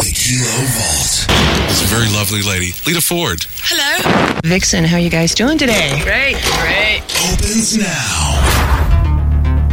Duo Vault. It's a very lovely lady, Lita Ford. Hello. Vixen, how you guys doing today? Great. Great. Opens now.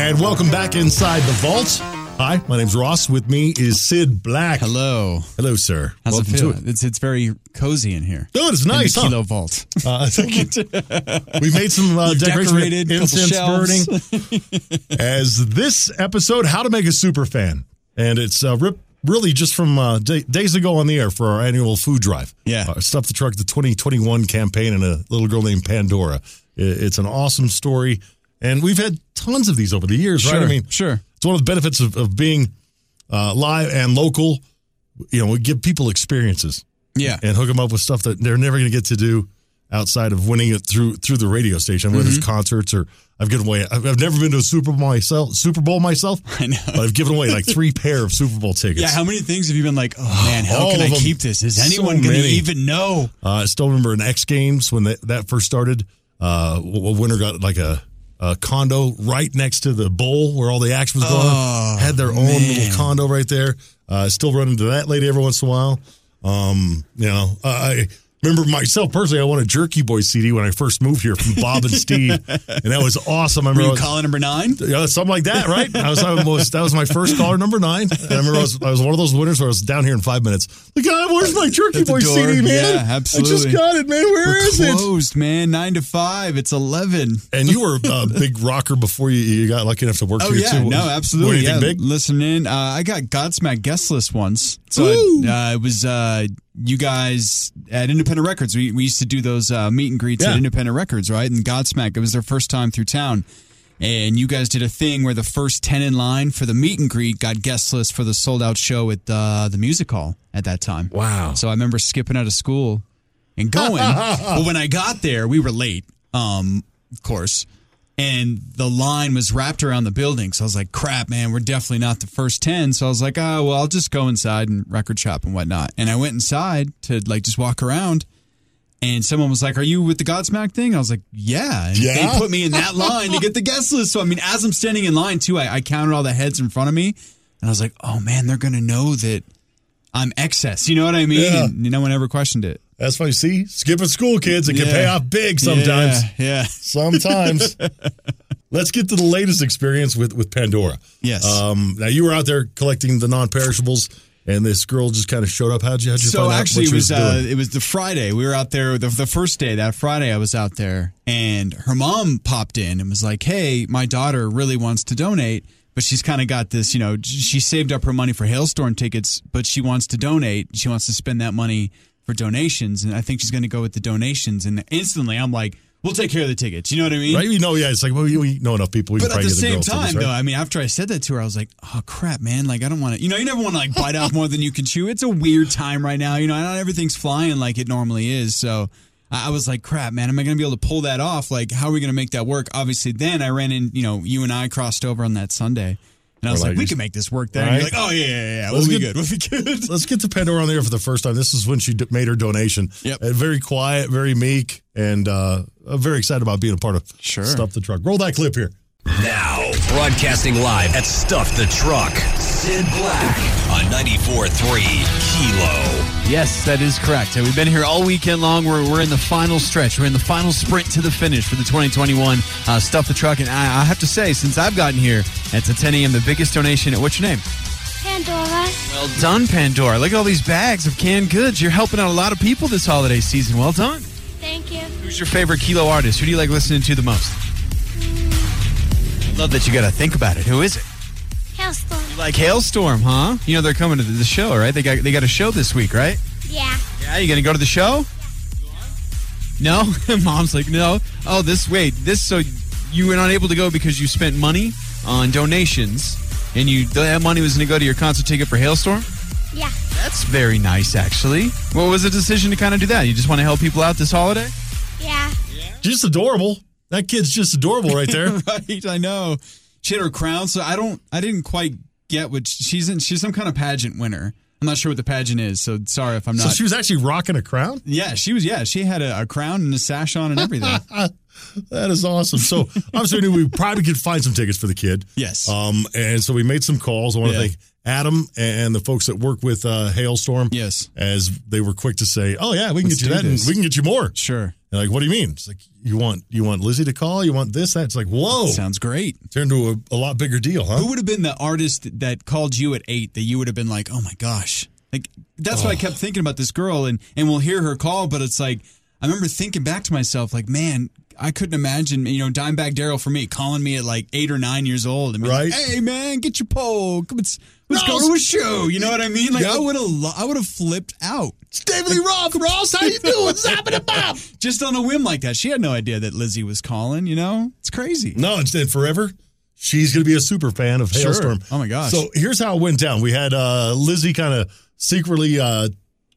And welcome back inside the vault. Hi, my name's Ross. With me is Sid Black. Hello. Hello, sir. How's welcome it feel? to it. It's it's very cozy in here. No, it's In the nice, huh? Kilo vault. Uh, thank you. We've made some uh, You've decorations, decorated, couple incense shelves. burning. As this episode, how to make a super fan, and it's uh, rip, really just from uh, day, days ago on the air for our annual food drive. Yeah. uh, stuff the truck, the 2021 campaign, and a little girl named Pandora. I- It's an awesome story, and we've had tons of these over the years, right? I mean, sure. It's one of the benefits of, of being uh, live and local. You know, we give people experiences Yeah. and hook them up with stuff that they're never going to get to do outside of winning it through through the radio station, whether it's concerts or I've given away. I've, I've never been to a Super Bowl myself. Super Bowl myself. I know. But I've given away like three pair of Super Bowl tickets. Yeah. How many things have you been like? Oh man, how all can of I them. keep this? Is So anyone going to many. even know? Uh, I still remember in X Games when that, that first started. Uh, w- a winner got like a, a condo right next to the bowl where all the action was going. on. Had their own little condo right there. Uh, still run into that lady every once in a while. Um, you know, I I remember myself personally. I won a Jerky Boy CD when I first moved here from Bob and Steve, and that was awesome. I Were remember I you was- calling number nine? yeah, something like that, right? I was, I was that was my first caller, number nine. And I remember I was, I was one of those winners where I was down here in five minutes. Like, God, where's my Jerky At the Boy door. CD, man? Yeah, I just absolutely. got it, man. Where We're is it? closed, man. Nine to five. It's eleven. And you were a big rocker before you, you got lucky enough to work Oh here yeah, too. no, Were absolutely. anything Yeah, big? listen in. Uh, I got Godsmack guest list once, so Ooh. I, uh, it was uh, you guys at Independent Records. We, we used to do those uh, meet and greets Yeah. at Independent Records, right? And Godsmack, it was their first time through town, and you guys did a thing where the first ten in line for the meet and greet got guest list for the sold out show at uh, the music hall at that time. Wow. So I remember skipping out of school and going. but when I got there, we were late, um, of course, and the line was wrapped around the building. So I was like, crap, man, we're definitely not the first 10. So I was like, oh, well, I'll just go inside and record shop and whatnot. And I went inside to like just walk around. And someone was like, Are you with the Godsmack thing? I was like, Yeah. And Yeah? they put me in that line to get the guest list. So, I mean, as I'm standing in line, too, I, I counted all the heads in front of me. And I was like, Oh, man, they're going to know that I'm excess. You know what I mean? Yeah. And no one ever questioned it. That's why you see, skipping school, kids. It can Yeah. pay off big sometimes. Yeah. yeah. Sometimes. Let's get to the latest experience with, with Pandora. Yes. Um, now, you were out there collecting the non perishables, and this girl just kind of showed up. How'd you, how'd you so find out what actually it she was doing? uh, it was the Friday we were out there the, the first day that Friday I was out there and her mom popped in and was like hey my daughter really wants to donate but she's kind of got this you know she saved up her money for hailstorm tickets but she wants to donate she wants to spend that money for donations and I think she's going to go with the donations and instantly I'm like we'll take care of the tickets you know what I mean Right? You know, yeah, it's like, well, you, you know enough people. We can But at probably the get the same girls time, tickets, right? though, I mean, after I said that to her, I was like, "Oh crap, man! Like, I don't want to. You know, you never want to like bite off more than you can chew. It's a weird time right now. You know, not everything's flying like it normally is. So I, I was like, crap, man, am I going to be able to pull that off? Like, how are we going to make that work? Obviously, then I ran in. You know, you and I crossed over on that Sunday, and I was Or like, like we you- can make this work. There, and you're Right. like, oh yeah, yeah, yeah, Let's we'll be get- good, we'll be good. Let's get to Pandora on the air for the first time. This is when she d- made her donation. Yep. And very quiet, very meek, and uh, I'm very excited about being a part of Sure. Stuff the Truck. Roll that clip here. Now, broadcasting live at Stuff the Truck, Sid Black on 94.3 Kilo. Yes, that is correct. So We've been here all weekend long. We're, we're in the final stretch. We're in the final sprint to the finish for the 2021 uh, Stuff the Truck. And I, I have to say, since I've gotten here, it's a 10 a.m. the biggest donation. What's your name? Pandora. Well done, Pandora. Look at all these bags of canned goods. You're helping out a lot of people this holiday season. Well done. Thank you. Who's your favorite Kilo artist? Who do you like listening to the most? Love that you got to think about it. Who is it? Hailstorm. Like Hailstorm, huh? You know they're coming to the the show, right? They got they got a show this week, right? Yeah. Yeah, you gonna go to the show? No, mom's like, no. Oh, this wait, this so you were not able to go because you spent money on donations, and you that money was gonna go to your concert ticket for Hailstorm. Yeah. That's very nice, actually. What was the decision to kind of do that? You just want to help people out this holiday? Yeah. Just adorable. That kid's just adorable right there. right, I know. She had her crown, so I don't. I didn't quite get what she's in. She's some kind of pageant winner. I'm not sure what the pageant is, so sorry if I'm so she was actually rocking a crown? yeah, she was. Yeah, she had a, a crown and a sash on and everything. That is awesome. So obviously, we knew we probably could find some tickets for the kid. Yes. Um, and so we made some calls. I want to Yeah. thank Adam and the folks that work with uh, Hailstorm. Yes. As they were quick to say, "Oh yeah, we can Let's get you do that, and this." we can get you more." Sure. And like, what do you mean? It's like you want you want Lizzie to call. You want this? That? It's like, whoa, Sounds great. turned to a, a lot bigger deal, huh? Who would have been the artist that called you at eight that you would have been like, oh my gosh? Like that's why I kept thinking about this girl and and we'll hear her call, but it's like I remember thinking back to myself, like, man, I couldn't imagine, you know, Dimebag Daryl for me calling me at like eight or nine years old and being Right. like, hey man, get your pole. Come let's let's Ross. go to a show. You know what I mean? Like Yep. I would have lo- I would have flipped out. It's David Lee Roth, Ross. How you doing? Zapping and Bob. Just on a whim like that. She had no idea that Lizzie was calling, you know? It's crazy. No, it's and forever. She's going to be a super fan of Sure. Hailstorm. Oh, my gosh. So here's how it went down. We had uh, Lizzie kind of secretly uh,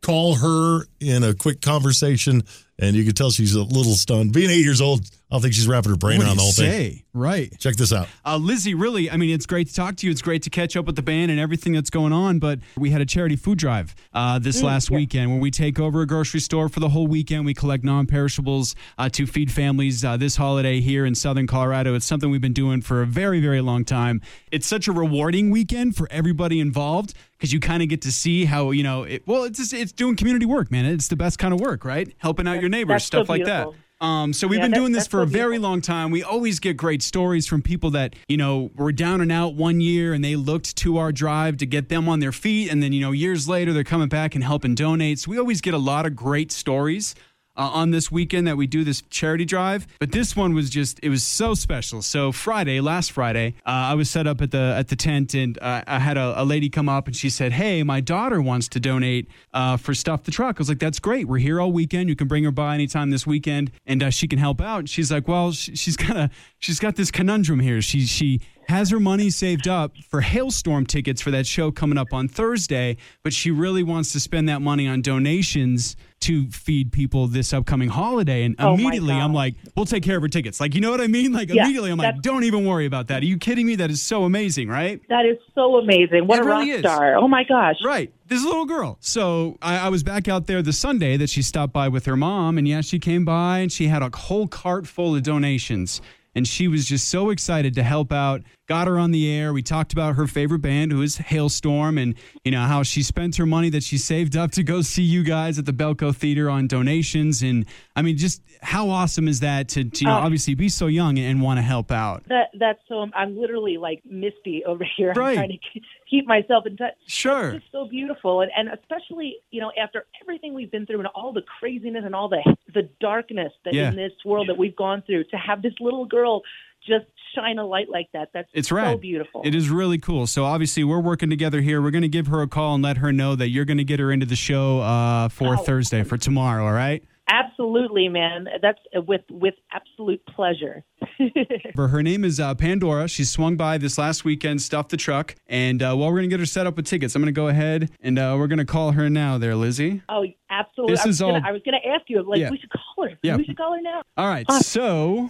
call her in a quick conversation, and you could tell she's a little stunned. Being eight years old, I don't think she's wrapping her brain What do around you the whole thing. say? Right. Check this out. Uh, Lizzie, really, I mean, it's great to talk to you. It's great to catch up with the band and everything that's going on. But we had a charity food drive uh, Mm, this last weekend where we take over a grocery store for the whole weekend. We collect non perishables uh, to feed families uh, this holiday here in Southern Colorado. It's something we've been doing for a very, very long time. It's such a rewarding weekend for everybody involved because you kind of get to see how, you know, it, well, it's, just, it's doing community work, man. It's the best kind of work, right? Helping out your neighbors, that's so stuff like that. beautiful. Um, so we've Yeah, been that- doing this that's for so a very beautiful. long time. We always get great stories from people that you know were down and out one year, and they looked to our drive to get them on their feet, and then you know years later they're coming back and helping donate. So we always get a lot of great stories. Uh, on this weekend that we do this charity drive but this one was just it was so special so friday last friday uh, i was set up at the at the tent and uh, i had a, a lady come up and she said hey my daughter wants to donate uh, for stuff the truck i was like that's great we're here all weekend you can bring her by anytime this weekend and uh, she can help out. And she's like, well, she, she's kind of she's got this conundrum here. She she has her money saved up for hailstorm tickets for that show coming up on Thursday, but she really wants to spend that money on donations to feed people this upcoming holiday. And Oh my immediately, I'm God. like, we'll take care of her tickets. Like, you know what I mean? Like Yeah, immediately, I'm like, that's- don't even worry about that. Are you kidding me? That is so amazing, right? That is so amazing. What It a really rock is. star. Oh my gosh. Right. This little girl. So I, I was back out there the Sunday that she stopped by with her mom. And yeah, she came by and she had a whole cart full of donations. And she was just so excited to help out. Got her on the air. We talked about her favorite band, who is Hailstorm, and you know how she spent her money that she saved up to go see you guys at the Belco Theater on donations. And I mean, just how awesome is that to, to you know, Oh. obviously be so young and want to help out? That that's so. I'm literally like misty over here. Right. I'm trying to ke- keep myself in touch. Sure. It's so beautiful, and and especially you know after everything we've been through and all the craziness and all the the darkness that Yeah. in this world that we've gone through, to have this little girl just shine a light like that. That's It's so rad. beautiful. It is really cool. So obviously we're working together here. We're going to give her a call and let her know that you're going to get her into the show uh, Oh. for Thursday for tomorrow. All right. Absolutely, man. That's with with absolute pleasure. But her name is uh, Pandora. She swung by this last weekend, stuffed the truck, and uh, well, we're going to get her set up with tickets. I'm going to go ahead and uh, we're going to call her now. There, Lizzie. Oh, absolutely. This I was is gonna, all- I was going to ask you, like, Yeah. we should call her. Yeah. We should call her now. All right. So Awesome.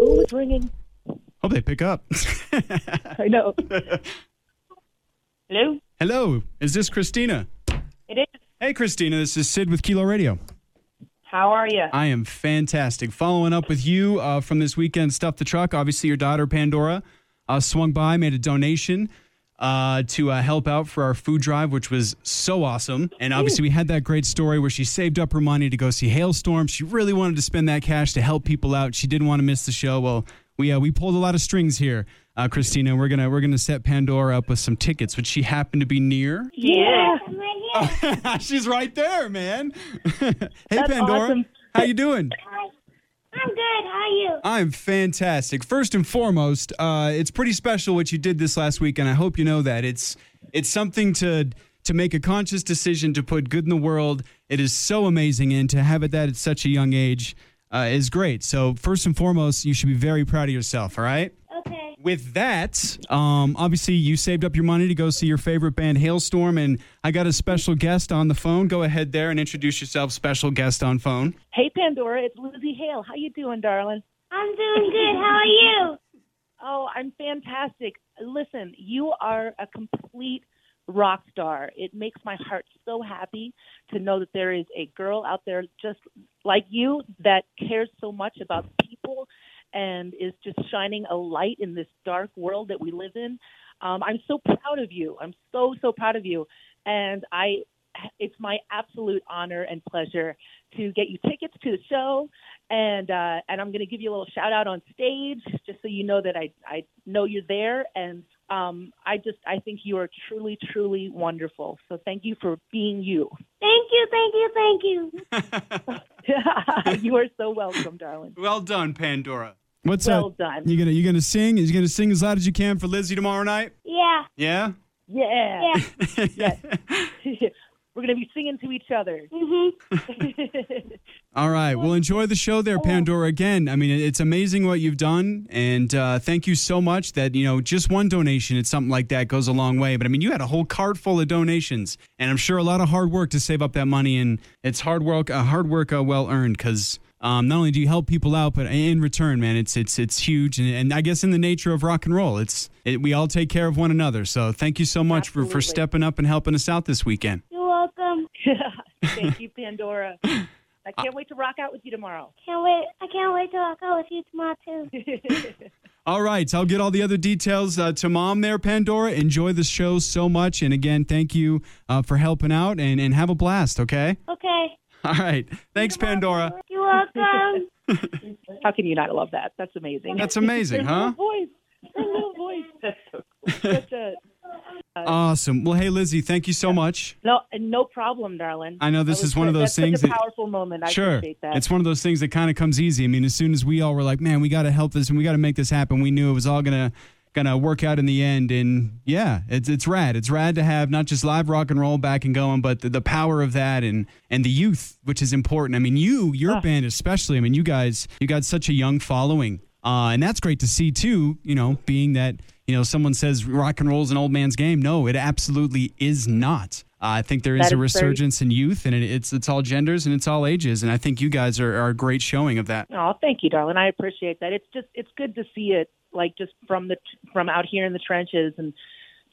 Oh, it's ringing. hope they pick up. I know. Hello? Hello, is this Christina? It is. Hey, Christina. This is Sid with Kilo Radio. How are you? I am fantastic. Following up with you uh, from this weekend, Stuff the Truck. Obviously, your daughter, Pandora, uh, swung by, made a donation uh, to uh, help out for our food drive, which was so awesome. And obviously, we had that great story where she saved up her money to go see Hailstorm. She really wanted to spend that cash to help people out. She didn't want to miss the show. Well, we, uh, we pulled a lot of strings here, uh, Christina. We're gonna we're gonna set Pandora up with some tickets, which she happened to be near. Yeah. I'm right here. She's right there, man. hey, That's Pandora, awesome. how you doing? I'm good. How are you? I'm fantastic. First and foremost, uh, it's pretty special what you did this last week, and I hope you know that it's it's something to to make a conscious decision to put good in the world. It is so amazing, and to have it that at such a young age uh, is great. So first and foremost, you should be very proud of yourself. All right. Okay. With that, um, obviously you saved up your money to go see your favorite band, Hailstorm, and I got a special guest on the phone. Go ahead there and introduce yourself, special guest on phone. Hey, Pandora, it's Lizzie Hale. How you doing, darling? I'm doing good. How are you? Oh, I'm fantastic. Listen, you are a complete rock star. It makes my heart so happy to know that there is a girl out there just like you that cares so much about people and is just shining a light in this dark world that we live in. Um, I'm so proud of you. I'm so so proud of you, and I. It's my absolute honor and pleasure to get you tickets to the show, and uh, and I'm going to give you a little shout out on stage just so you know that I I know you're there, and um, I just I think you are truly truly wonderful. So thank you for being you. Thank you, thank you, thank you. you are so welcome, darling. Well done, Pandora. What's Well up? done. You gonna you gonna sing? Is you gonna sing as loud as you can for Lizzie tomorrow night? Yeah, Yeah. Yeah. yeah. Yes. We're going to be singing to each other. Mm-hmm. All right. Well, enjoy the show there, Pandora. Again, I mean, it's amazing what you've done, and uh, thank you so much. That you know, just one donation, it's something like that goes a long way. But I mean, you had a whole cart full of donations, and I'm sure a lot of hard work to save up that money, and it's hard work, uh, hard work uh, well earned, because. Um, not only do you help people out, but in return, man, it's it's it's huge, and, and I guess in the nature of rock and roll, it's it, we all take care of one another. So thank you so much for, for Absolutely. stepping up and helping us out this weekend. You're welcome. Thank you, Pandora. I Uh, can't wait to rock out with you tomorrow. Can't wait. I can't wait to walk out with you tomorrow too. All right, I'll get all the other details uh, to mom there, Pandora. Enjoy the show so much. And again, thank you uh, for helping out and, and have a blast, okay? Okay. All right. Thanks, Pandora. You're welcome. How can you not love that? That's amazing. That's amazing, Her huh? little voice. Her little voice. That's so cool. Such a- Awesome. Well, hey, Lizzie, thank you so much. no, and no problem, darling. I know this That is one of was- those things That's such that- a powerful moment. I sure. appreciate that. It's one of those things that kind of comes easy. I mean, as soon as we all were like, man, we got to help this and we got to make this happen, we knew it was all going to. Gonna work out in the end, and yeah, it's it's rad. It's rad to have not just live rock and roll back and going, but the, the power of that and and the youth, which is important. I mean, you, your band especially. I mean, you guys, you got such a young following, uh, and that's great to see too. You know, being that you know someone says rock and roll is an old man's game. No, it absolutely is not. Uh, I think there is That a is very resurgence resurgence in youth, and it, it's it's all genders and it's all ages, and I think you guys are, are a great showing of that. Oh, thank you, darling. I appreciate that. It's just it's good to see it like just from the from out here in the trenches and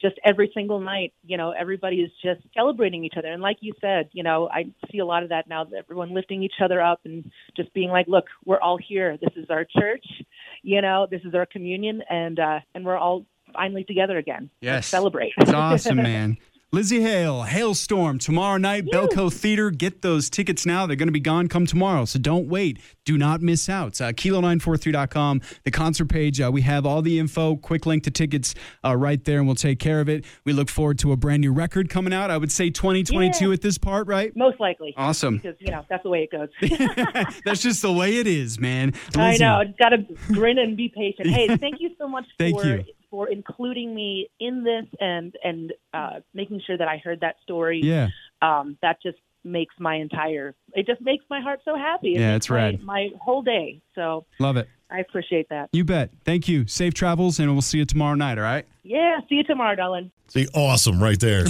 just every single night, you know, everybody is just celebrating each other. And like you said, you know, I see a lot of that now, that everyone lifting each other up and just being like, look, we're all here. This is our church, you know, this is our communion and uh and we're all finally together again. Yes. Let's celebrate. It's awesome, man. Lizzie Hale, Hailstorm, tomorrow night, Belco Theater. Get those tickets now. They're going to be gone come tomorrow, so don't wait. Do not miss out. Uh, Kilo943.com, the concert page. Uh, we have all the info, quick link to tickets uh, right there, and we'll take care of it. We look forward to a brand new record coming out. I would say 2022 at this part, right? Most likely. Awesome. Because, you know, that's the way it goes. That's just the way it is, man. I Lizzie, know. Just got to grin and be patient. Hey, thank you so much Thank for you. for including me in this and and uh, making sure that I heard that story. Yeah. Um, that just makes my entire it just makes my heart so happy. It Yeah, makes it's my, rad. My whole day. So Love it. I appreciate that. You bet. Thank you. Safe travels, and we'll see you tomorrow night. All right. Yeah. See you tomorrow, darling. See, awesome right there.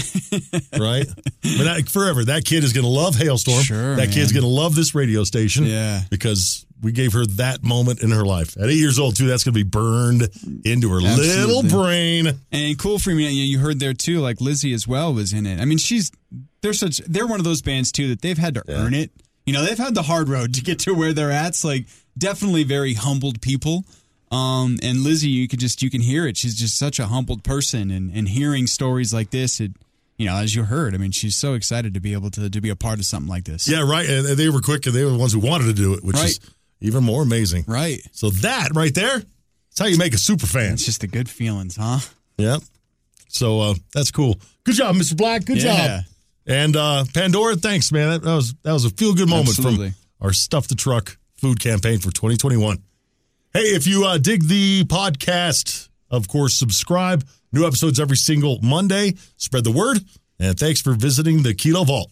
right? But that, forever, that kid is going to love Hailstorm. Sure, That kid's man. going to love this radio station. Yeah. Because we gave her that moment in her life. At eight years old, too, that's going to be burned into her little Absolutely. brain. And cool for me, you heard there too, like Lizzie as well was in it. I mean, she's they're such they're one of those bands too that they've had to earn it. You know, they've had the hard road to get to where they're at. It's like definitely very humbled people. Um, and Lizzie, you could just you can hear it. She's just such a humbled person, and and hearing stories like this, it you know, as you heard, I mean, she's so excited to be able to to be a part of something like this. Yeah, right. And they were quick and they were the ones who wanted to do it, which is Right. even more amazing. right. So that right there, that's how you make a super fan. It's just the good feelings, huh? Yep. So uh, that's cool. Good job, Mr. Black. Good Yeah. job. And uh, Pandora, thanks, man. That, that was that was a feel good moment Absolutely. from our stuff the truck food campaign for 2021. Hey, if you uh, dig the podcast, of course, subscribe. New episodes every single Monday. Spread the word. And thanks for visiting the Kilo Vault.